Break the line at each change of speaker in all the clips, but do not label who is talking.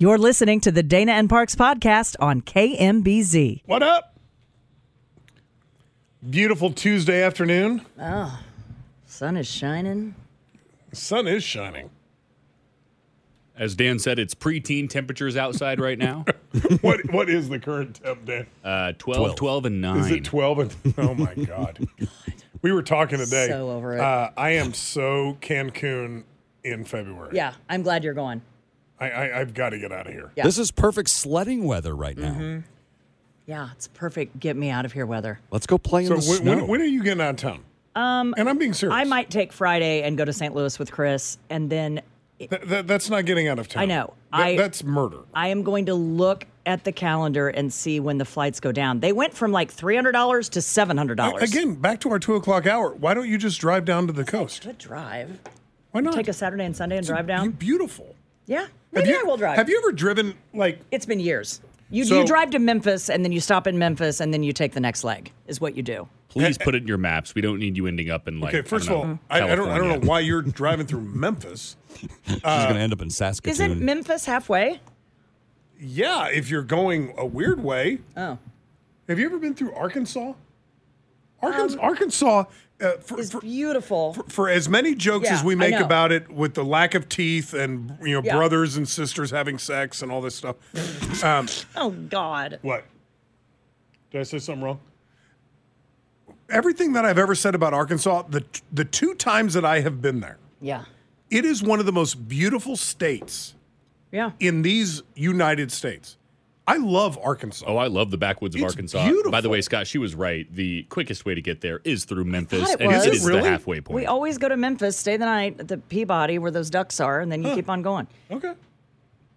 You're listening to the Dana and Parks podcast on KMBZ.
What up? Beautiful Tuesday afternoon.
Sun is shining.
The sun is shining.
As Dan said, it's preteen temperatures outside right now.
What what is the current temp, Dan?
Uh, 12, 12, and 9.
Is it twelve? And oh my god, we were talking today.
So over it.
Uh, I am so Cancun in February.
Yeah, I'm glad you're going.
I, I I've got to get out of here.
Yeah.
This is perfect sledding weather right now.
Yeah, it's perfect. Get me out of here weather.
Let's go play in
So
the
when,
snow.
when, when are you getting out of town? Um, and I'm being serious.
I might take Friday and go to St. Louis with Chris, and then
Th- th- that's not getting out of town.
I know.
Th-
I-
that's murder.
I am going to look at the calendar and see when the flights go down. They went from like three hundred dollars to seven hundred
I-
dollars.
again, back to our two o'clock hour. Why don't you just drive down to the coast?
good drive.
Why not
Take a Saturday and Sunday and drive
Be-
down.
Beautiful.
Yeah,
Have
maybe
you-
I will drive.
Have you ever driven like
It's been years. You,
So-
you drive to Memphis and then you stop in Memphis and then you take the next leg is what you do.
Please put it in your maps. We don't need you ending up in like.
Okay, first of all, I, I don't I don't know why you're driving through Memphis. uh,
She's going to end up in Saskatoon.
Isn't Memphis halfway?
Yeah, if you're going a weird way.
Oh,
Have you ever been through Arkansas?
Um,
Arkansas, Arkansas uh, for,
it's
for,
beautiful.
for as many jokes
Yeah,
as we
I
make
know.
about it with the lack of teeth and you know
Yeah.
brothers and sisters having sex and all this stuff. um,
oh God.
what? Did I say something wrong? Everything that I've ever said about Arkansas, the the two times that I have been there,
Yeah.
it is one of the most beautiful states
Yeah.
in these United States. I love Arkansas.
Oh, I love the backwoods of
It's
Arkansas. By the
beautiful.
way, Scott, she was right. The quickest way to get there is through Memphis,
thought it
and
was.
it
Is it
is
really?
the halfway point.
We always go to Memphis, stay the night at the Peabody where those ducks are, and then you keep on going.
Okay.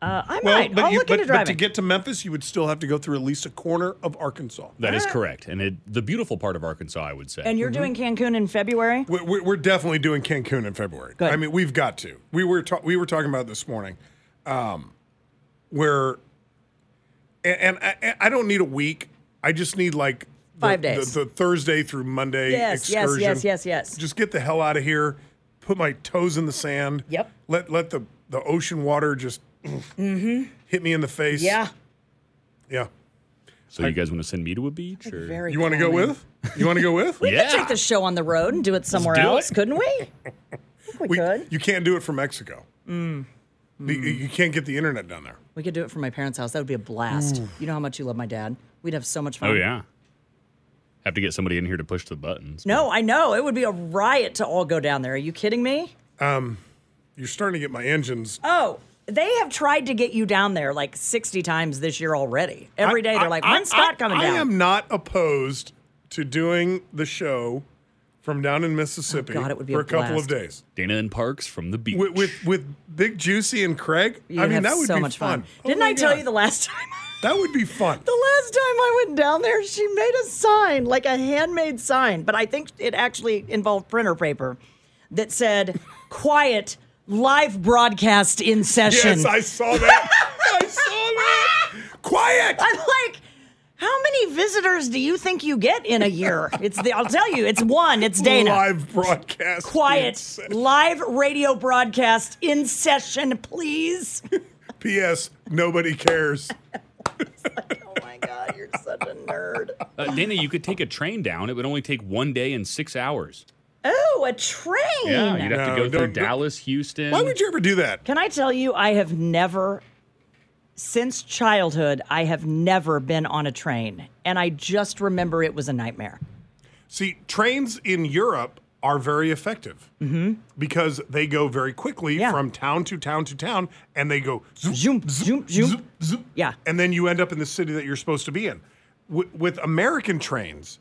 Uh, I
Well,
might.
but
I'll
you,
look
but,
into
but
driving.
to get to Memphis, you would still have to go through at least a corner of Arkansas.
that is correct, and it, the beautiful part of Arkansas, I would say.
and you're
Mm-hmm.
doing Cancun in February.
We- we- We're definitely doing Cancun in February.
Good.
I mean, we've got to. We were ta- we were talking about it this morning, um, where, and, and I, I don't need a week. I just need like the-
Five days.
the, the Thursday through Monday
Yes, yes,
excursion.
yes, yes, yes.
Just get the hell out of here. Put my toes in the sand.
Yep.
Let let the the ocean water just hit me in the face.
Mm-hmm. Yeah.
yeah.
so you guys want to send me to a beach? Or?
Very
You want to go
calming.
with? You want to go with?
We
Yeah.
could take the show on the road and do it somewhere
do
else,
it.
couldn't we? I think we,
We-
could. Mm.
You can't do it from Mexico. The- You can't get the internet down there.
We could do it from my parents' house. That would be a blast.
Mm.
You know how much you love my dad. We'd have so much fun.
Oh yeah. Have to get somebody in here to push the buttons.
No, I know. It would be a riot to all go down there. Are you kidding me?
You're starting to get my engines.
Oh, they have tried to get you down there like 60 times this year already. Every day they're like,
I- I-
when's Scott coming
I,
down?
I am not opposed to doing the show from down in Mississippi
Oh, God, it would be
for
a
a couple of
blast.
days
Dana and Parks from the beach.
with with, with Big Juicy and Craig.
You'd
I mean,
have
that would
so
be
much
fun.
fun.
Oh
Didn't
my
I tell
God.
you the last time?
that would be fun?
the last time I went down there, she made a sign, like a handmade sign, but I think it actually involved printer paper that said, quiet, live broadcast in session.
yes, I saw that. I saw that. Quiet.
I'm like, how many visitors do you think you get in a year? It's the I'll tell you, it's one. It's Dana.
Live broadcast.
Quiet. Live radio broadcast in session, please.
P.S. Nobody cares.
Oh my God, you're such a nerd.
Uh, Dana, you could take a train down. It would only take one day and six hours.
Oh, a train.
Yeah, you'd have
No,
to go through
don't-
Dallas, Houston.
Why would you ever do that?
Can I tell you, I have never, since childhood, I have never been on a train. And I just remember it was a nightmare.
See, trains in Europe are very effective because they go very quickly
Mm-hmm. Yeah.
from town to town to town, and they go zoom,
Zoom, zoom, zoom.
zoom, zoom,
Yeah.
and then you end up in the city that you're supposed to be in. Wi- with American trains,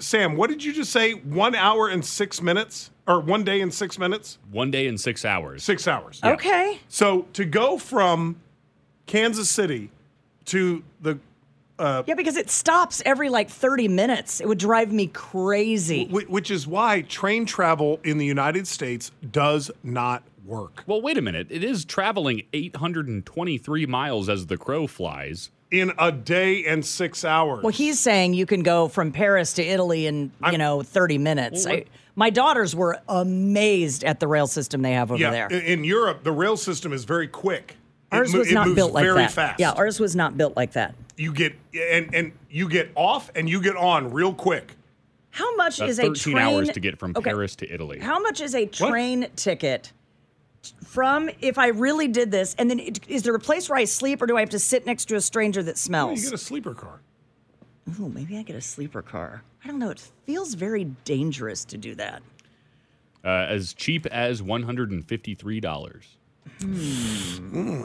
Sam, what did you just say? One hour and six minutes, or one day and six minutes,
Oh,
One day and six hours.
six hours.
Okay.
So to go from Kansas City to the
yeah, because it stops every like 30 minutes. It would drive me crazy.
whi- which is why train travel in the United States does not work.
Well, wait a minute. It is traveling 823 miles as the crow flies.
In a day and 6 hours.
Well, he's saying you can go from Paris to Italy in, you know, 30 minutes. I, my daughters were amazed at the rail system they have over
yeah,
there.
in- in Europe the rail system is very quick. It
ours
mo-
was
it
not
moves
built like
very
that.
fast.
Yeah, ours was not built like that.
you get and and you get off and you get on real quick.
How much
About
is a
13
train
hours to get from
Okay.
Paris to Italy.
How much is a train ticket from if I really did this? And then it, is there a place where I sleep or do I have to sit next to a stranger that
You
smells?
get a sleeper car.
Ooh, maybe I get a sleeper car. I don't know. It feels very dangerous to do that.
Uh, as cheap as $153.
Hmm.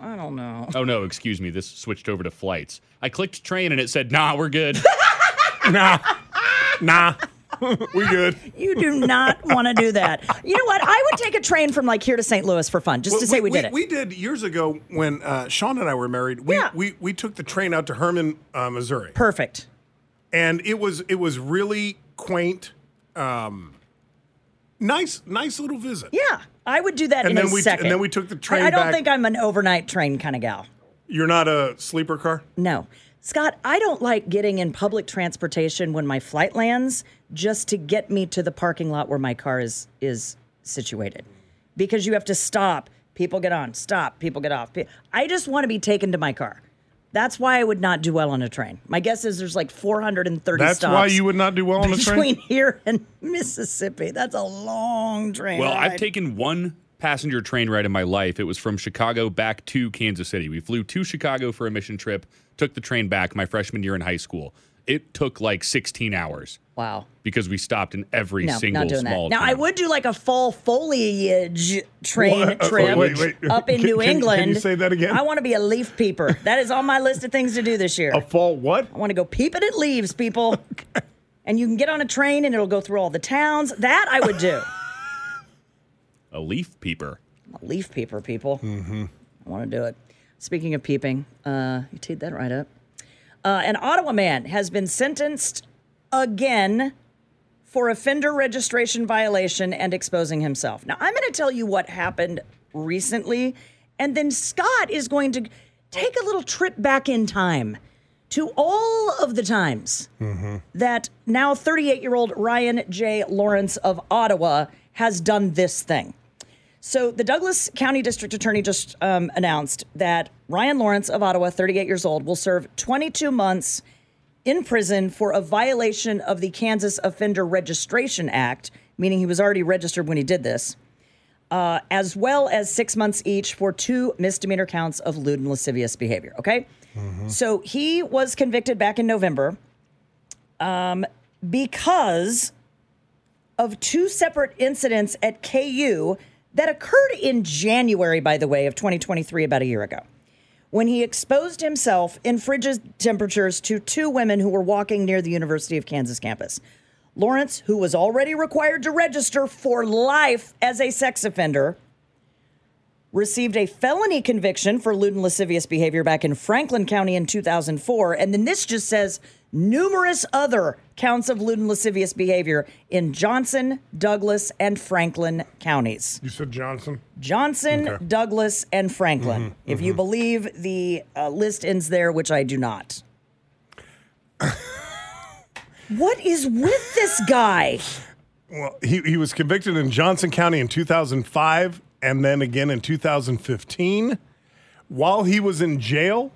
I don't know.
Oh, no, excuse me. This switched over to flights. I clicked train and it said, nah, we're good.
Nah. nah. we good.
You do not want to do that. You know what? I would take a train from like here to St. Louis for fun, just to say we, did it.
We did years ago when uh, Sean and I were married. We,
Yeah.
we we took the train out to Herman, uh, Missouri,
Perfect.
and it was it was really quaint, um, nice nice little visit.
Yeah, I would do that
And
in
then
a
we-
second.
and then we took the train
I, I don't
back.
think I'm an overnight train kind of gal.
You're not a sleeper car.
No. Scott, I don't like getting in public transportation when my flight lands just to get me to the parking lot where my car is is situated. Because you have to stop, people get on, stop, people get off. Pe- I just want to be taken to my car. That's why I would not do well on a train. My guess is there's like 430
That's
stops.
why you would not do well on a train.
between here and Mississippi. That's a long train.
Well, I've
ride.
taken one passenger train ride in my life. It was from Chicago back to Kansas City. We flew to Chicago for a mission trip, took the train back my freshman year in high school. It took like 16 hours
Wow.
because we stopped in every
No,
single
not doing
small
that. Now
town.
I would do like a fall foliage train
What? Uh,
trip
wait, wait.
up in
Can-
New
can- can
England.
you say that again?
I want to be a leaf peeper. that is on my list of things to do this year.
A fall what?
I want to go peeping at leaves, people. And you can get on a train and it'll go through all the towns. That I would do.
a leaf peeper.
I'm a leaf peeper, people. I want to do it. Speaking of peeping, uh, you teed that right up. Uh, an Ottawa man has been sentenced again for offender registration violation and exposing himself. Now, I'm going to tell you what happened recently, and then Scott is going to take a little trip back in time to all of the times that now 38 year old Ryan J. Lawrence of Ottawa has done this thing. So the Douglas County District Attorney just um, announced that Ryan Lawrence of Ottawa, 38 years old, will serve 22 months in prison for a violation of the Kansas Offender Registration Act, meaning he was already registered when he did this, uh, as well as six months each for two misdemeanor counts of lewd and lascivious behavior. Okay, so he was convicted back in November um, because of two separate incidents at KU that occurred in January, by the way, of 2023, about a year ago, when he exposed himself in frigid temperatures to two women who were walking near the University of Kansas campus. Lawrence, who was already required to register for life as a sex offender, received a felony conviction for lewd and lascivious behavior back in Franklin County in 2004. And then this just says numerous other counts of lewd and lascivious behavior in Johnson, Douglas, and Franklin counties.
You said Johnson.
Johnson, Douglas, and Franklin.
Mm-hmm.
If you believe the uh, list ends there, which I do not. what is with this guy?
Well, he, he was convicted in Johnson County in 2005 and then again in 2015. While he was in jail,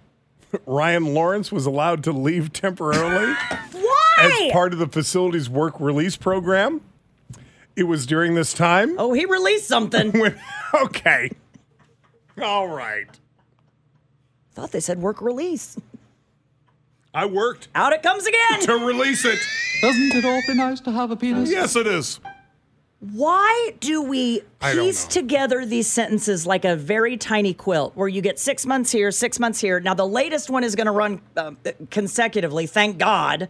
Ryan Lawrence was allowed to leave temporarily
Why?
as part of the facility's work release program. It was during this time
oh, he released something.
when, okay, all right.
Thought they said work release.
I worked
Out it comes again.
to release it.
Isn't it awfully nice to have a penis?
Yes, it is.
Why do we
I don't
piece
know.
together these sentences like a very tiny quilt where you get six months here, six months here? Now, the latest one is going to run uh, consecutively, thank God.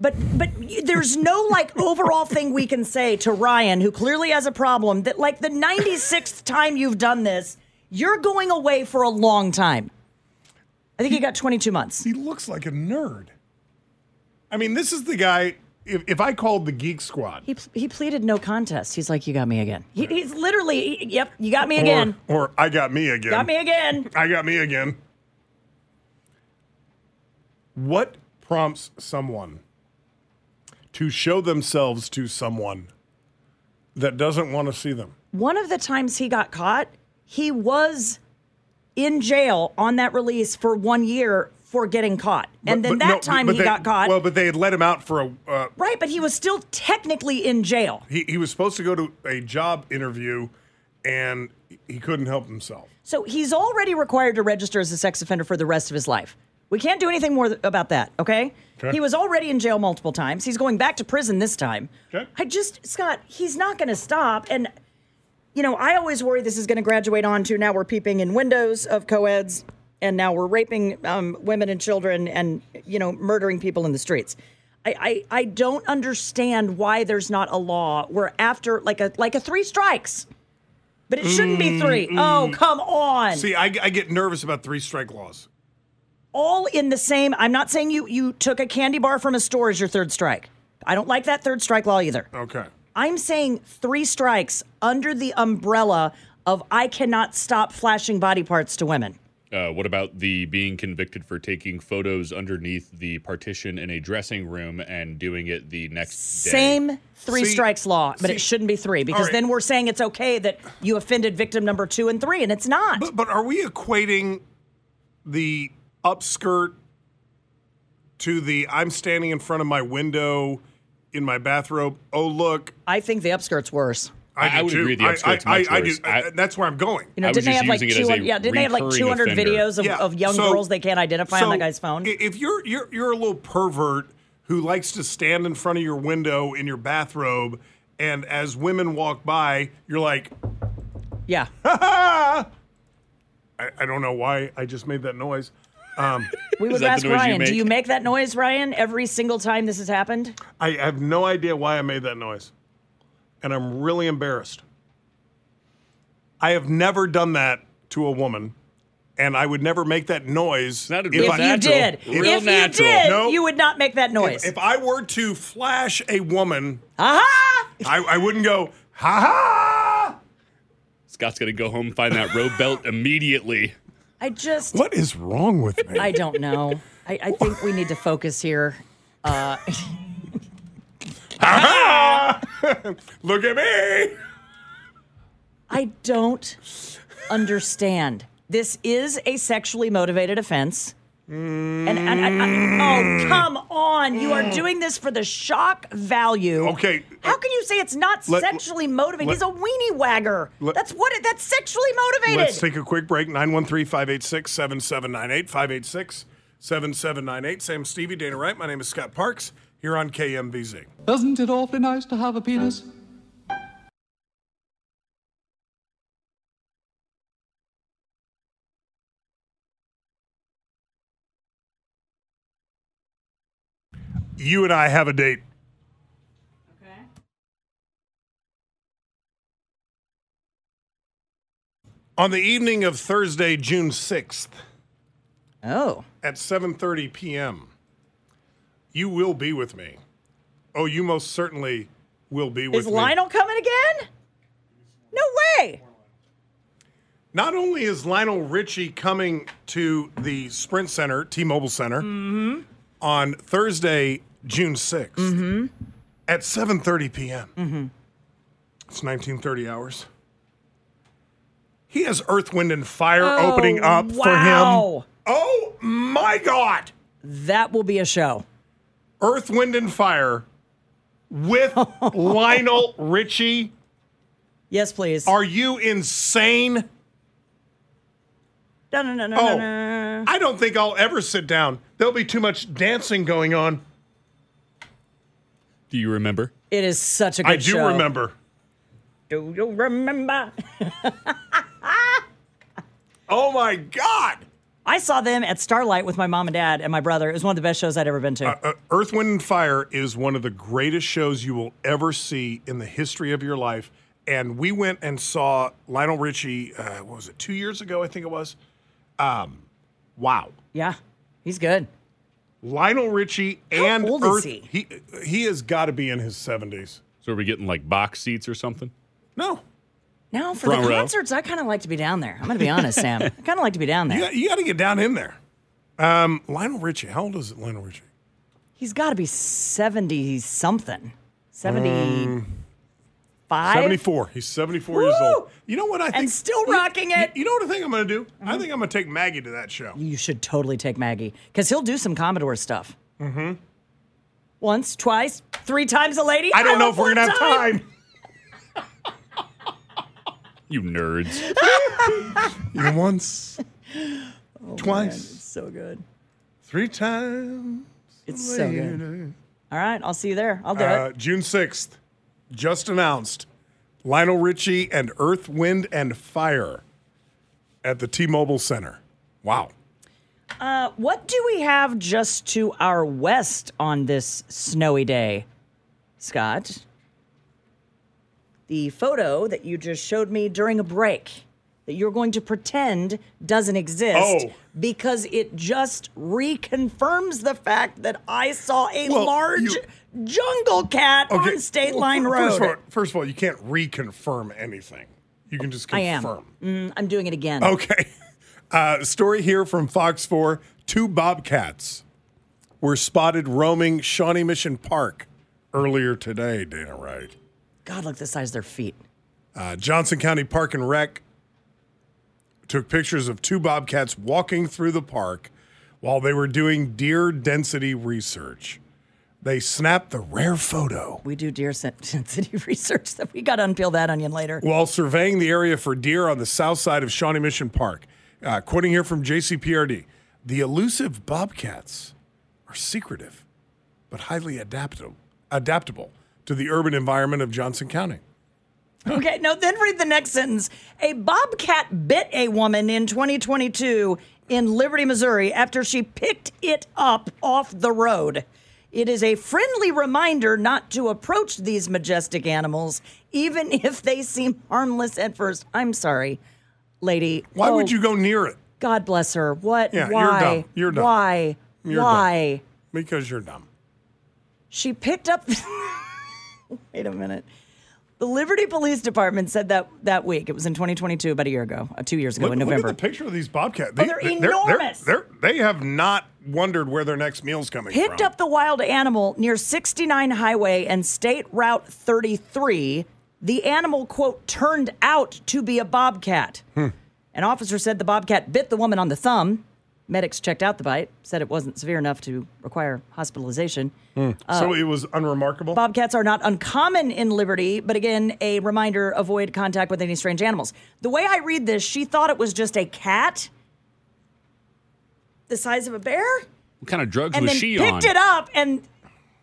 But but y- there's no like overall thing we can say to Ryan, who clearly has a problem, that like the 96th time you've done this, You're going away for a long time. I think he got 22 months.
He looks like a nerd. I mean, this is the guy. If, if I called the Geek Squad,
He, he pleaded no contest. He's like, you got me again. He, he's literally, he- yep, you got me again.
Or, or I got me again.
got me again.
I got me again. What prompts someone to show themselves to someone that doesn't want to see them?
One of the times he got caught, he was in jail on that release for one year for getting caught. And
But-
then
but
that
no,
time
but
he
they-
got caught.
Well, but they had let him out for a. Uh,
right, but he was still technically in jail.
he he was supposed to go to a job interview, and he couldn't help himself.
So he's already required to register as a sex offender for the rest of his life. We can't do anything more th- about that, okay?
Okay.
He was already in jail multiple times. He's going back to prison this time.
Okay.
I just, Scott, he's not going to stop. And, you know, I always worry this is going to graduate on to now we're peeping in windows of co eds and now we're raping um, women and children and, you know, murdering people in the streets. I, I, I don't understand why there's not a law where after like a like a three strikes, but it shouldn't be three. Oh come on!
See, I, I get nervous about three strike laws.
all in the same. I'm not saying you you took a candy bar from a store as your third strike. I don't like that third strike law either.
Okay.
I'm saying three strikes under the umbrella of I cannot stop flashing body parts to women.
Uh, what about the being convicted for taking photos underneath the partition in a dressing room and doing it the next day?
Same three
See-
strikes law, but it
see-
shouldn't be three because
right.
then we're saying it's okay that you offended victim number two and three, and it's not.
But, but are we equating the upskirt to the I'm standing in front of my window in my bathrobe? Oh, look.
I think the upskirt's worse.
I,
I-
do
I would
too.
agree the upskirt's
I,
much
I, I do.
worse. I-
I- that's where I'm going.
You know,
I was
didn't they
just
have like
using it as a
200, yeah, didn't they have like
recurring
200
offender.
videos of,
Yeah,
of young
so-
girls they can't identify on
so
that guy's phone?
i- If you're you're you're a little pervert who likes to stand in front of your window in your bathrobe, and as women walk by, you're like,
yeah.
ah! I, I don't know why I just made that noise.
We would
that
ask
the noise you
Ryan, do
make?
you make that noise, Ryan, every single time this has happened?
I have no idea why I made that noise. And I'm really embarrassed. I have never done that to a woman, and I would never make that noise.
That'd
if
be
I-
if you
natural.
did,
Real
if
natural.
you did,
No.
you would not make that noise.
If I were to flash a woman,
Aha!
I, I wouldn't go, ha ha!
Scott's going to go home and find that robe belt immediately.
I just,
What is wrong with me?
I don't know. I, I think we need to focus here.
Ah! Look at me!
I don't understand. This is a sexually motivated offense. And, and I, I, oh, come on. You are doing this for the shock value.
Okay.
How can you say it's not
Let-
sexually motivated?
let-
He's a weenie wagger.
let-
that's what it, that's sexually motivated.
Let's take a quick break. 913 586 7798 586 7798. Sam Stevie, Dana Wright. My name is Scott Parks here on KMVZ.
Isn't it awfully nice to have a penis?
You and I have a date. On the evening of Thursday, June 6th
oh.
at 7:30 p.m. You will be with me. Oh, you most certainly will be with
Is
me.
Lionel coming again? No way.
Not only is Lionel Richie coming to the Sprint Center, T-Mobile Center,
Mm-hmm.
on Thursday, June 6th
Mm-hmm.
at 7:30 p.m. Mm-hmm. It's 1930 hours. He has Earth, Wind, and Fire opening
Oh,
up for him.
wow.
Oh my God!
That will be a show.
Earth, Wind, and Fire with Lionel Richie.
Yes, please.
Are you insane?
no, no, no, no, no,
Oh,
no.
I don't think I'll ever sit down. There'll be too much dancing going on.
Do you remember?
It is such a good
I do
show.
remember.
Do you remember?
Oh my God!
I saw them at Starlight with my mom and dad and my brother. It was one of the best shows I'd ever been to.
Uh, Earth, Wind, and Fire is one of the greatest shows you will ever see in the history of your life, and we went and saw Lionel Richie. Uh, what was it? Two years ago, I think it was. Um, wow,
Yeah, he's good.
Lionel Richie and
old is
Earth.
he?
he he has got to be in his seventies.
So are we getting like box seats or something?
No,
Now for
Front
the
row.
concerts, I kind of like to be down there. I'm gonna be honest, Sam. I kind of like to be down there.
you got, you got to get down in there. Um, Lionel Richie. How old is it, Lionel Richie?
He's got to be seventy something, seventy five.
74. He's 74 years
Woo!
old. You know what I think?
still rocking
You-
it. Mm-hmm.
You, know what I think I'm going to do? I think I'm going to take Maggie to that show.
You should totally take Maggie because he'll do some Commodore stuff. Mm-hmm. Once, twice, three times a lady.
I don't know
love
if we're going to have
one
time.
You nerds.
Once,
Oh,
Oh,
twice,
It's so good.
three times.
It's so good. All right, I'll see you there. I'll do
Uh,
it.
June 6th, just announced Lionel Richie and Earth, Wind, and Fire at the T Mobile Center. Wow.
Uh, what do we have just to our west on this snowy day, Scott? The photo that you just showed me during a break that you're going to pretend doesn't exist
Oh.
because it just reconfirms the fact that I saw a
Well,
large
you-
jungle cat on State
well,
Line
fir-
Road.
First of, all, first of all, you can't reconfirm anything, you can just
I am.
confirm.
Mm, I'm doing it again.
Okay. Uh, story here from Fox 4 two bobcats were spotted roaming Shawnee Mission Park earlier today, Dana Wright.
God, look at the size of their feet.
Uh, Johnson County Park and Rec took pictures of two bobcats walking through the park while they were doing deer density research. They snapped the rare photo
We do deer sen- sensitivity research that we got to unpeel that onion later.
while surveying the area for deer on the south side of Shawnee Mission Park. Uh, quoting here from JCPRD The elusive bobcats are secretive, but highly adaptable, adaptable to the urban environment of Johnson County.
Okay, no, then read the next sentence. A bobcat bit a woman in 2022 in Liberty, Missouri after she picked it up off the road. It is a friendly reminder not to approach these majestic animals, even if they seem harmless at first. I'm sorry, lady.
Why would
Oh,
you go near it?
God bless her. What?
Yeah, you're
Why?
dumb. You're dumb.
Why?
You're dumb.
Why?
Because you're dumb.
She picked up. Wait a minute. The Liberty Police Department said that that week. It was in 2022, about a year ago, uh, two years ago
Look,
in
look
November. Oh,
at the picture of these bobcats.
they're enormous.
They're, they have not wondered where their next meal's coming
Picked
from.
up the wild animal near 69 Highway and State Route 33. The animal, quote, turned out to be a bobcat.
Hmm.
An officer said the bobcat bit the woman on the thumb. Medics checked out the bite, said it wasn't severe enough to require hospitalization.
so it was unremarkable.
Bobcats are not uncommon in Liberty, but again, a reminder avoid contact with any strange animals. The way I read this, she thought it was just a cat the size of a bear
What kind of drugs
and
was
then
she
picked
on?
it up and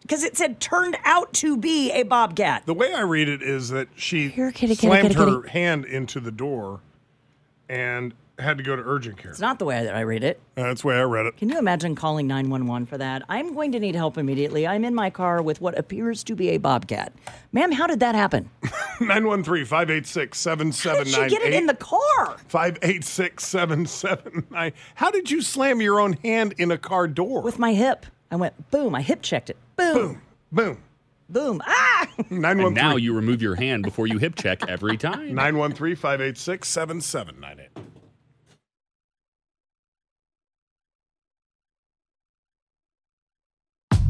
because it said turned out to be a bobcat.
the way I read it is that she
Here, kitty, kitty,
slammed
kitty, kitty.
her hand into the door and had to go to urgent care.
It's not the way that I read it.
That's the way I read it.
Can you imagine calling 911 for that? I'm going to need help immediately. I'm in my car with what appears to be a bobcat. Ma'am, how did that happen?
913 586
How did she get it in the
7798.
car?
586 7798. How did you slam your own hand in a car door?
With my hip. I went boom. I hip checked it. Boom. Boom.
Boom.
boom. Ah!
And
913
now you remove your hand before you hip check every time.
913 586 7798.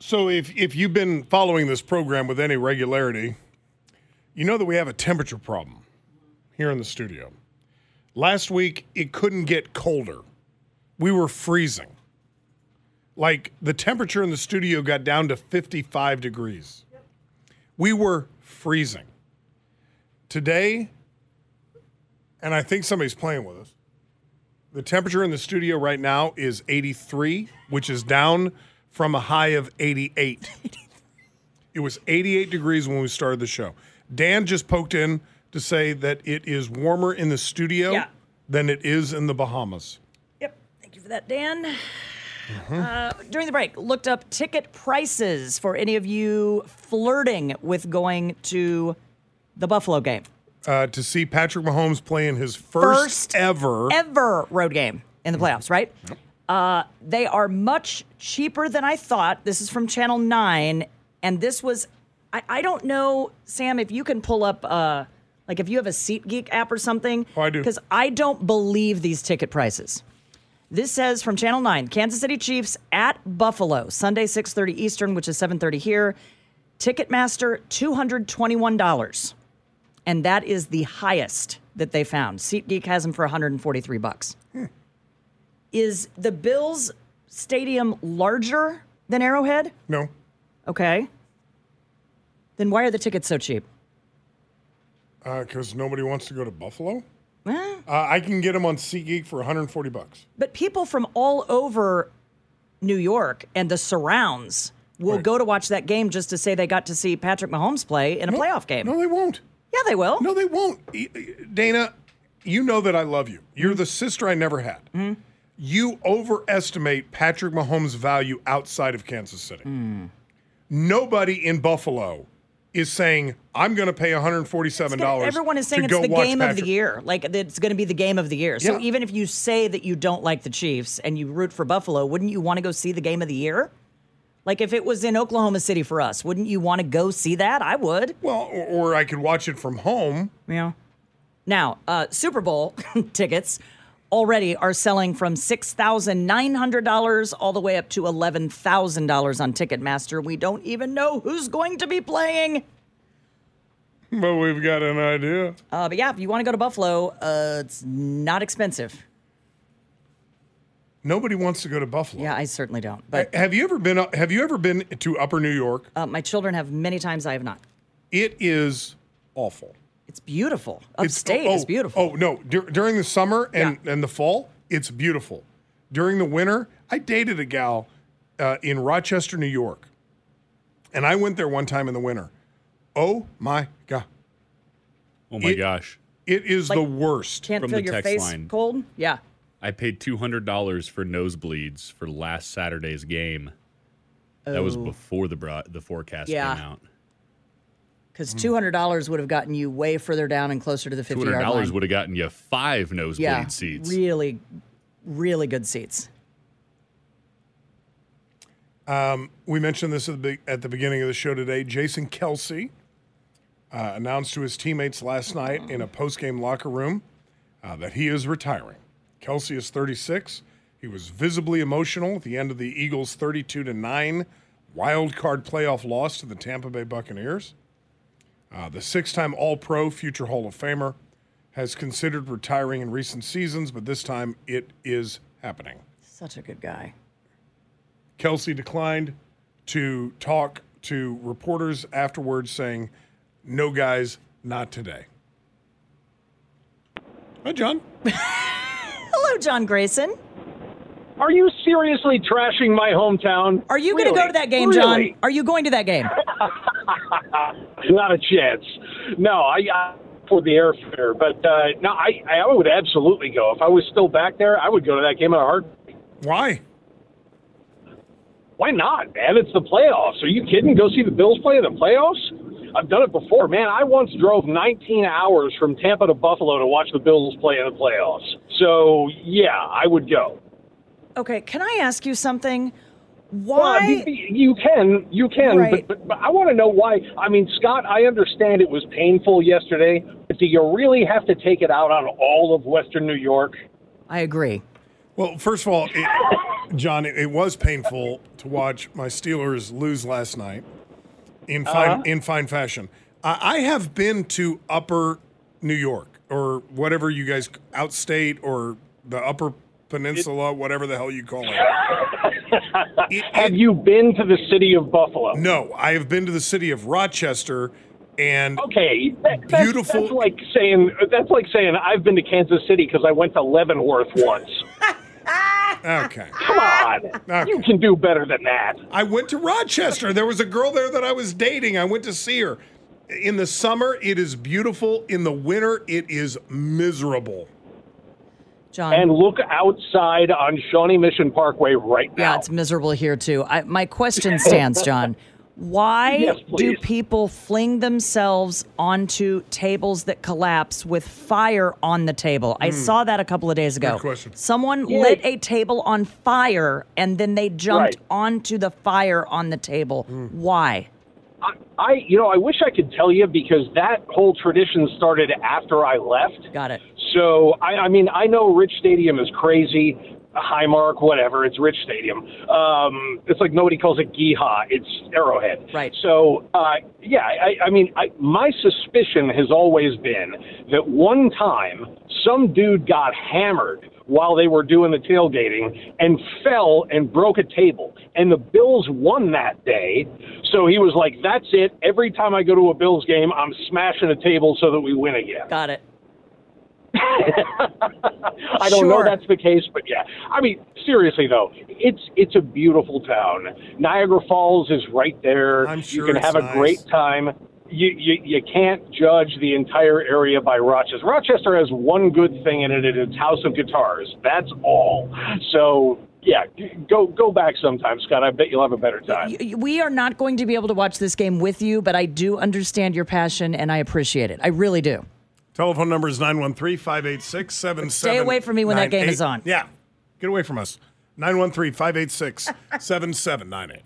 So if if you've been following this program with any regularity, you know that we have a temperature problem here in the studio. Last week it couldn't get colder. We were freezing. like the temperature in the studio got down to 55 degrees. We were freezing. Today, and I think somebody's playing with us. The temperature in the studio right now is 83, which is down from a high of 88. it was 88 degrees when we started the show. Dan just poked in to say that it is warmer in the studio
Yeah.
than it is in the Bahamas.
Yep. Thank you for that, Dan. Uh, during the break, looked up ticket prices for any of you flirting with going to the Buffalo game.
Uh, to see Patrick Mahomes play in his first,
First
ever.
Ever road game in the playoffs, right? Uh, they are much cheaper than I thought. This is from Channel 9. And this was, I, I don't know, Sam, if you can pull up, uh, like if you have a SeatGeek app or something.
Oh, I do.
Because I don't believe these ticket prices. This says from Channel 9, Kansas City Chiefs at Buffalo, Sunday 6:30 Eastern, which is 7:30 here. Ticketmaster $221. And that is the highest that they found. SeatGeek has them for 143 bucks.
Hmm.
Is the Bills stadium larger than Arrowhead?
no.
Okay. Then why are the tickets so cheap?
Because uh, nobody wants to go to Buffalo.
Eh,
Uh, I can get them on SeatGeek for 140 bucks.
But people from all over New York and the surrounds will
Right.
go to watch that game just to say they got to see Patrick Mahomes play in a playoff game.
No, they won't.
Yeah, they will.
No, they won't. E- Dana, you know that I love you. You're the sister I never had.
Hmm?
You overestimate Patrick Mahomes' value outside of Kansas City.
Hmm.
Nobody in Buffalo is saying, I'm going to pay $147.
It's gonna- everyone is saying
to
it's
go
the
watch
game of
Patrick.
the year. Like that it's going to be the game of the year. So
Yeah.
even if you say that you don't like the Chiefs and you root for Buffalo, wouldn't you want to go see the game of the year? Like if it was in Oklahoma City for us, wouldn't you want to go see that? I would.
Well, or, or I could watch it from home.
Yeah. Now, uh, Super Bowl tickets already are selling from six thousand nine hundred dollars all the way up to eleven thousand dollars on Ticketmaster. We don't even know who's going to be playing.
But we've got an idea.
Uh, but yeah, if you want to go to Buffalo, uh, it's not expensive.
Nobody wants to go to Buffalo.
Yeah, I certainly don't. But
Have you ever been have you ever been to Upper New York?
uh, my children have many times I have not.
It is awful.
It's beautiful.
It's-
Upstate
oh,
is beautiful.
Oh no, Dur- during the summer and, and the fall, it's beautiful. During the winter, I dated a gal uh, in Rochester, New York, and I went there one time in the winter. Oh my god,
Oh my
It-
gosh.
it is the
Like-
worst.
Can't
from
feel
the
your
text
face
line.
cold. Yeah.
I paid $200 for nosebleeds for last Saturday's game. That was before the bro- the forecast
Oh. Yeah.
came out.
Because
Mm-hmm.
two hundred dollars would have gotten you way further down and closer to the fifty yard
$200
line.
would have gotten you five nosebleed seats.
Really, really good seats.
We mentioned this at the, be- at the beginning of the show today. Jason Kelsey uh, announced to his teammates last night in a post-game locker room uh, that he is retiring. Kelsey is 36. He was visibly emotional at the end of the Eagles' 32 to nine wild card playoff loss to the Tampa Bay Buccaneers. Uh, the six-time All-Pro, future Hall of Famer, has considered retiring in recent seasons, but this time it is happening.
Such a good guy.
Kelsey declined to talk to reporters afterwards, saying, No, guys, not today. Hi, John.
Hello, John Grayson.
Are you seriously trashing my hometown?
Are you going
Really?
to go to that game,
Really?
John? Are you going to that game?
Not a chance. No, I I- for the airfare, but uh, no, I I would absolutely go if I was still back there. I would go to that game in a heart.
Why?
Why not, man? It's the playoffs. Are you kidding? Go see the Bills play in the playoffs. I've done it before, man. I once drove 19 hours from Tampa to Buffalo to watch the Bills play in the playoffs. So yeah, I would go.
Okay, can I ask you something?
Well,
Why?
you- you can, you can,
Right.
but, but, but I want to know why. I mean, Scott, I understand it was painful yesterday, but do you really have to take it out on all of Western New York?
I agree.
Well, first of all, it, John, it, it was painful to watch my Steelers lose last night in fine in fine fashion. I, I have been to Upper New York or whatever you guys outstate or the Upper Peninsula, whatever the hell you call it.
Have you been to the city of Buffalo?
No, I have been to the city of Rochester, and
Okay, that, that's,
Beautiful-
That's like saying that's like saying I've been to Kansas City because I went to Leavenworth once.
okay,
Come on, you
Okay.
can do better than that.
I went to Rochester. There was a girl there that I was dating. I went to see her. In the summer, it is beautiful. In the winter, it is miserable.
John.
And look outside on Shawnee Mission Parkway right now.
yeah, it's miserable here too. I, my question stands, John. Why
Yes,
do
please.
people fling themselves onto tables that collapse with fire on the table? I saw that a couple of days ago.
Good question.
Someone
Hmm. Yeah.
lit a table on fire and then they jumped
Right.
onto the fire on the table.
Hmm.
Why?
I, I, you know, I wish I could tell you because that whole tradition started after I left.
Got it.
So, I, I mean, I know Rich Stadium is crazy, Highmark, whatever. It's Rich Stadium. Um, it's like nobody calls it Geehaw. It's Arrowhead.
Right.
So, uh, yeah, I, I mean, I, my suspicion has always been that one time some dude got hammered while they were doing the tailgating and fell and broke a table. And the Bills won that day. So he was like, that's it. Every time I go to a Bills game, I'm smashing a table so that we win again.
Got it.
I don't know
Sure.
if that's the case, but yeah. I mean, seriously though, it's it's a beautiful town. Niagara Falls is right there.
I'm sure
you can
it's
have a
nice.
great time. You, you you can't judge the entire area by Rochester. Rochester has one good thing in it, and it's House of Guitars. That's all. So yeah, g- go go back sometime, Scott. I bet you'll have a better time.
Y- y- We are not going to be able to watch this game with you, but I do understand your passion and I appreciate it. I really do.
Telephone number is 913 586 7798.
Stay away from me when that game is on.
Yeah. Get away from us. 913 586 7798.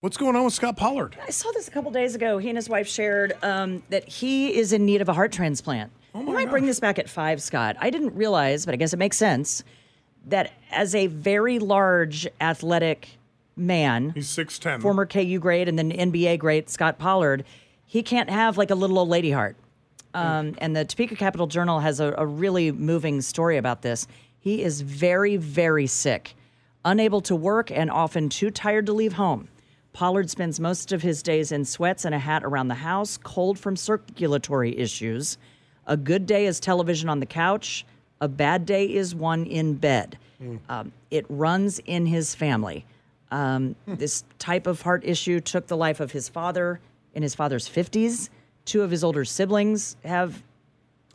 What's going on with Scott Pollard?
I saw this a couple days ago. He and his wife shared um, that he is in need of a heart transplant. I might bring this back at five, Scott. I didn't realize, but I guess it makes sense that as a very large athletic man,
He's 6'10.
former KU great and then NBA great Scott Pollard, he can't have like a little old lady heart. Um, and the Topeka Capital Journal has a, a really moving story about this. He is very, very sick, unable to work, and often too tired to leave home. Pollard spends most of his days in sweats and a hat around the house, cold from circulatory issues. A good day is television on the couch. A bad day is one in bed. Um, it runs in his family. Um, This type of heart issue took the life of his father in his father's 50s. Two of his older siblings have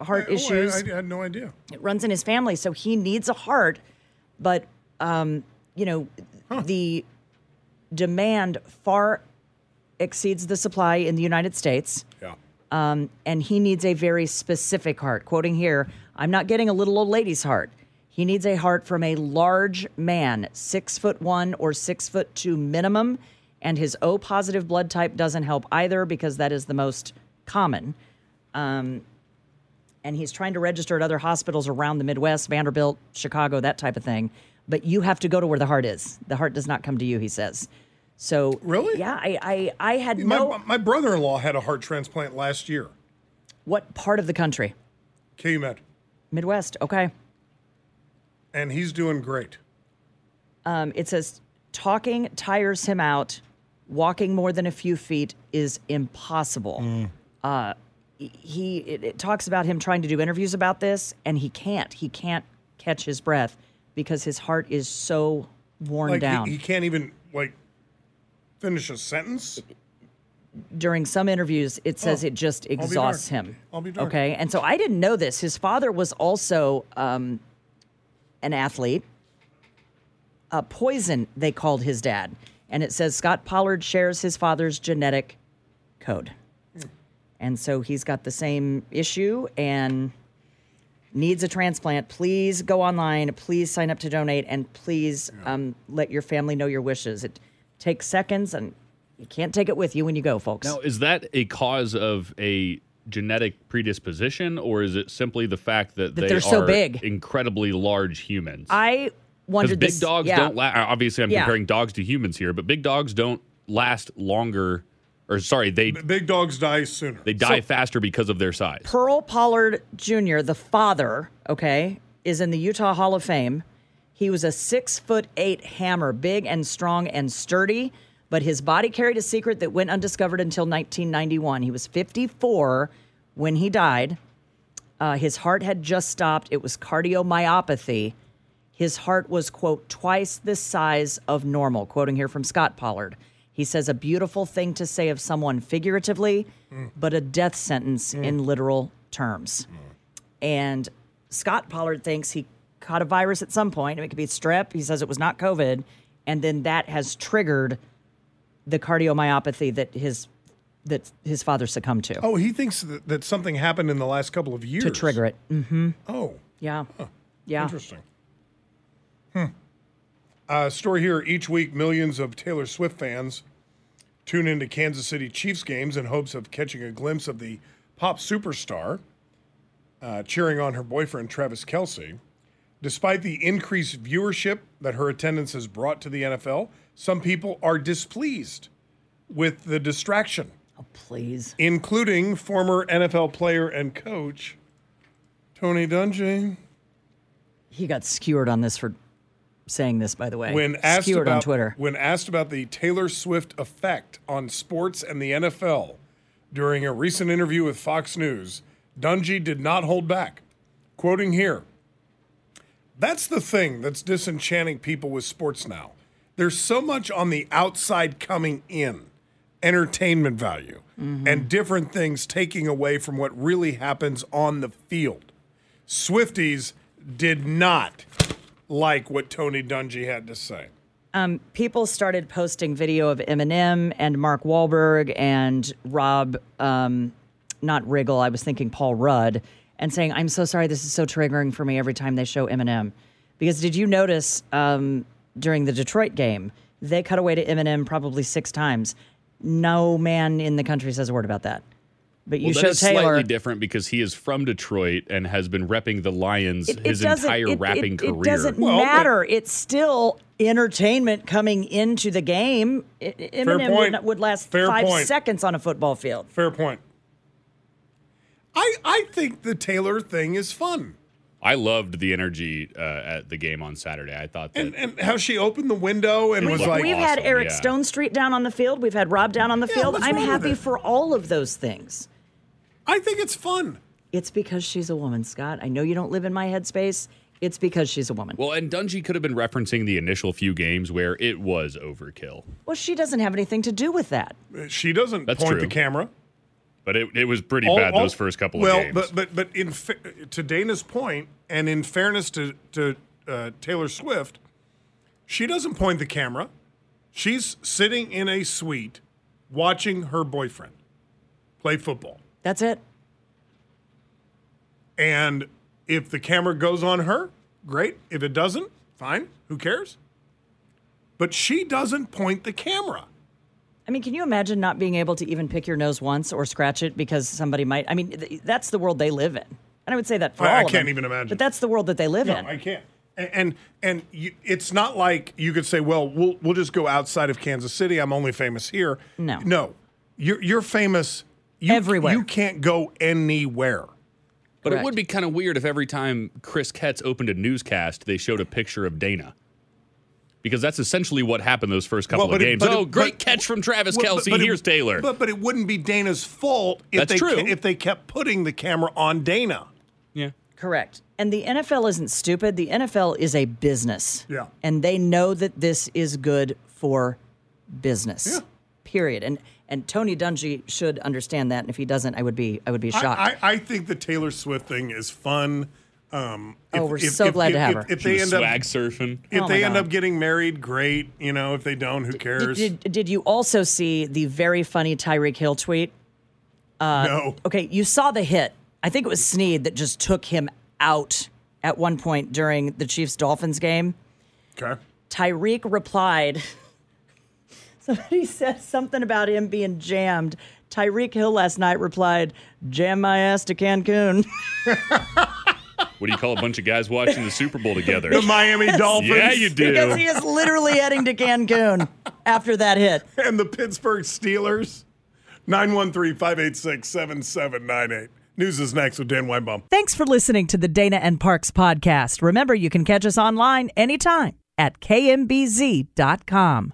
heart
Oh,
issues.
I, I had no idea.
it runs in his family, so he needs a heart. But, um, you know, the demand far exceeds the supply in the United States
Yeah.
um, and he needs a very specific heart. Quoting here, I'm not getting a little old lady's heart. He needs a heart from a large man, six foot one or six foot two minimum, and his O positive blood type doesn't help either because that is the most common. Um, and he's trying to register at other hospitals around the Midwest, Vanderbilt, Chicago, that type of thing. But you have to go to where the heart is. The heart does not come to you, he says. So
Really?
yeah, I I, I had
My,
no
my brother in law had a heart transplant last year.
what part of the country.
KU Med.
Midwest. Okay.
And he's doing great.
Um, it says talking tires him out. Walking more than a few feet is impossible. Uh, he it, it talks about him trying to do interviews about this, and he can't. He can't catch his breath because his heart is so worn
Like, he-
down.
he can't even, like, finish a sentence.
During some interviews, it says
Oh,
it just
darned.
exhausts him.
I'll be darned.
Okay, and so I didn't know this. His father was also um, an athlete. uh, poison, they called his dad. And it says Scott Pollard shares his father's genetic code.
Hmm.
And so he's got the same issue and needs a transplant. Please go online. Please sign up to donate. And please um, let your family know your wishes. It takes seconds and you can't take it with you when you go, folks.
Now, is that a cause of a genetic predisposition, or is it simply the fact that, they
they're
are
so big.
incredibly large humans?
I
Because
wondered
big
this-
dogs
yeah.
don't last. Obviously, I'm
Yeah.
comparing dogs to humans here, but big dogs don't last longer. or sorry, they
Big dogs die sooner.
they die faster because of their size.
Pearl Pollard Jr., the father, okay, is in the Utah Hall of Fame. He was a six foot eight hammer, big and strong and sturdy, but his body carried a secret that went undiscovered until 1991. He was 54 when he died. Uh, his heart had just stopped, it was cardiomyopathy. His heart was, quote, twice the size of normal, quoting here from Scott Pollard. He says, a beautiful thing to say of someone figuratively, but a death sentence
Mm.
in literal terms. And Scott Pollard thinks he caught a virus at some point. It could be strep. He says it was not COVID. And then that has triggered the cardiomyopathy that his that his father succumbed to
Oh, he thinks that, that something happened in the last couple of years
to trigger it. Mm,
Oh,
Yeah. Yeah.
interesting. Hmm. Uh, story here each week, millions of Taylor Swift fans tune into Kansas City Chiefs games in hopes of catching a glimpse of the pop superstar uh, cheering on her boyfriend, Travis Kelsey. Despite the increased viewership that her attendance has brought to the NFL, some people are displeased with the distraction.
Oh, please.
including former NFL player and coach Tony Dungy.
He got skewered on this for saying this, by the way.
When asked
skewered
about
on Twitter.
when asked about the Taylor Swift effect on sports and the NFL during a recent interview with Fox News, Dungy did not hold back, quoting here. That's the thing that's disenchanting people with sports now. There's so much on the outside coming in, entertainment value,
Mm-hmm.
and different things taking away from what really happens on the field. Swifties did not like what Tony Dungy had to say.
um, people started posting video of Eminem and Mark Wahlberg and Rob, um, not Riggle, I was thinking Paul Rudd, and saying, I'm so sorry, this is so triggering for me every time they show Eminem. Because did you notice um, during the Detroit game, they cut away to Eminem probably six times? No man in the country says a word about that. But you
well, that
show
is
Taylor.
slightly different because he is from Detroit and has been repping the Lions
It- it
his
doesn't-
entire
it-
rapping
it-
career.
It doesn't
Well, but-
matter. it's still entertainment coming into the game. I- I- Eminem would,
point.
not- would last
Fair
five
point.
seconds on a football field.
Fair point. I I think the Taylor thing is fun.
I loved the energy uh, at the game on Saturday. I thought that
And and how she opened the window and
It
was
looked
like
We've had
awesome,
Eric
yeah.
Stone Street down on the field. We've had Rob down on the field.
what's
I'm
wrong with
happy
it?
for all of those things.
I think it's fun.
It's because she's a woman, Scott. I know you don't live in my headspace. It's because she's a woman. Well,
Well, and Dungy could have been referencing the initial few games where it was overkill,
she doesn't have anything to do with that.
She doesn't
That's
point the
true.
camera.
but it, it was pretty
All-
bad
all-
those first couple
well,
of games.
but but but in fa- to Dana's point, and in fairness to to uh, Taylor Swift, she doesn't point the camera. She's sitting in a suite, watching her boyfriend play football.
That's it.
And if the camera goes on her, great. If it doesn't, fine. Who cares? But she doesn't point the camera.
I mean, can you imagine not being able to even pick your nose once or scratch it because somebody might? I mean, th- that's the world they live in, and I would say that for
I- I
all of
can't
them.
even imagine.
But that's the world that they live
No,
in.
I can't. A- And and you, it's not like you could say, well, we'll we'll just go outside of Kansas City. I'm only famous here.
No.
no, you're you're famous you,
Everywhere.
You can't go anywhere.
But it
Correct.
would be kind of weird if every time Chris Ketz opened a newscast, they showed a picture of Dana. Because that's essentially what happened those first couple
but
of
it-
games.
but it-
oh, great
but-
catch from Travis
Well,
Kelsey.
but- but it-
Here's Taylor.
But but it wouldn't be Dana's fault if
That's
they
true.
ke- if they kept putting the camera on Dana.
yeah.
Correct. And the NFL isn't stupid. The NFL is a business.
Yeah.
And they know that this is good for business. Period. And and Tony Dungy should understand that. And if he doesn't, I would be I would be shocked.
I, I, I think the Taylor Swift thing is fun. Um,
Oh, we're so glad to have
if,
her.
If
She
they
was
end
swag
up
surfing.
if
Oh my
they end
God.
up getting married, great. You know, if they don't, who
did,
cares?
did, did you also see the very funny Tyreek Hill tweet? uh,
no.
Okay, you saw the hit. I think it was Sneed that just took him out at one point during the Chiefs Dolphins game.
Okay.
Tyreek replied. Somebody said something about him being jammed. Tyreek Hill last night replied, "Jam my ass to Cancun."
What do you call a bunch of guys watching the Super Bowl together?
The Miami Dolphins.
yeah, you
because he
do.
is literally heading to Cancun after that hit.
and the Pittsburgh Steelers. 913 586 7798. News is next with Dan Weinbaum.
Thanks for listening to the Dana and Parks podcast. Remember, you can catch us online anytime at kmbz.com.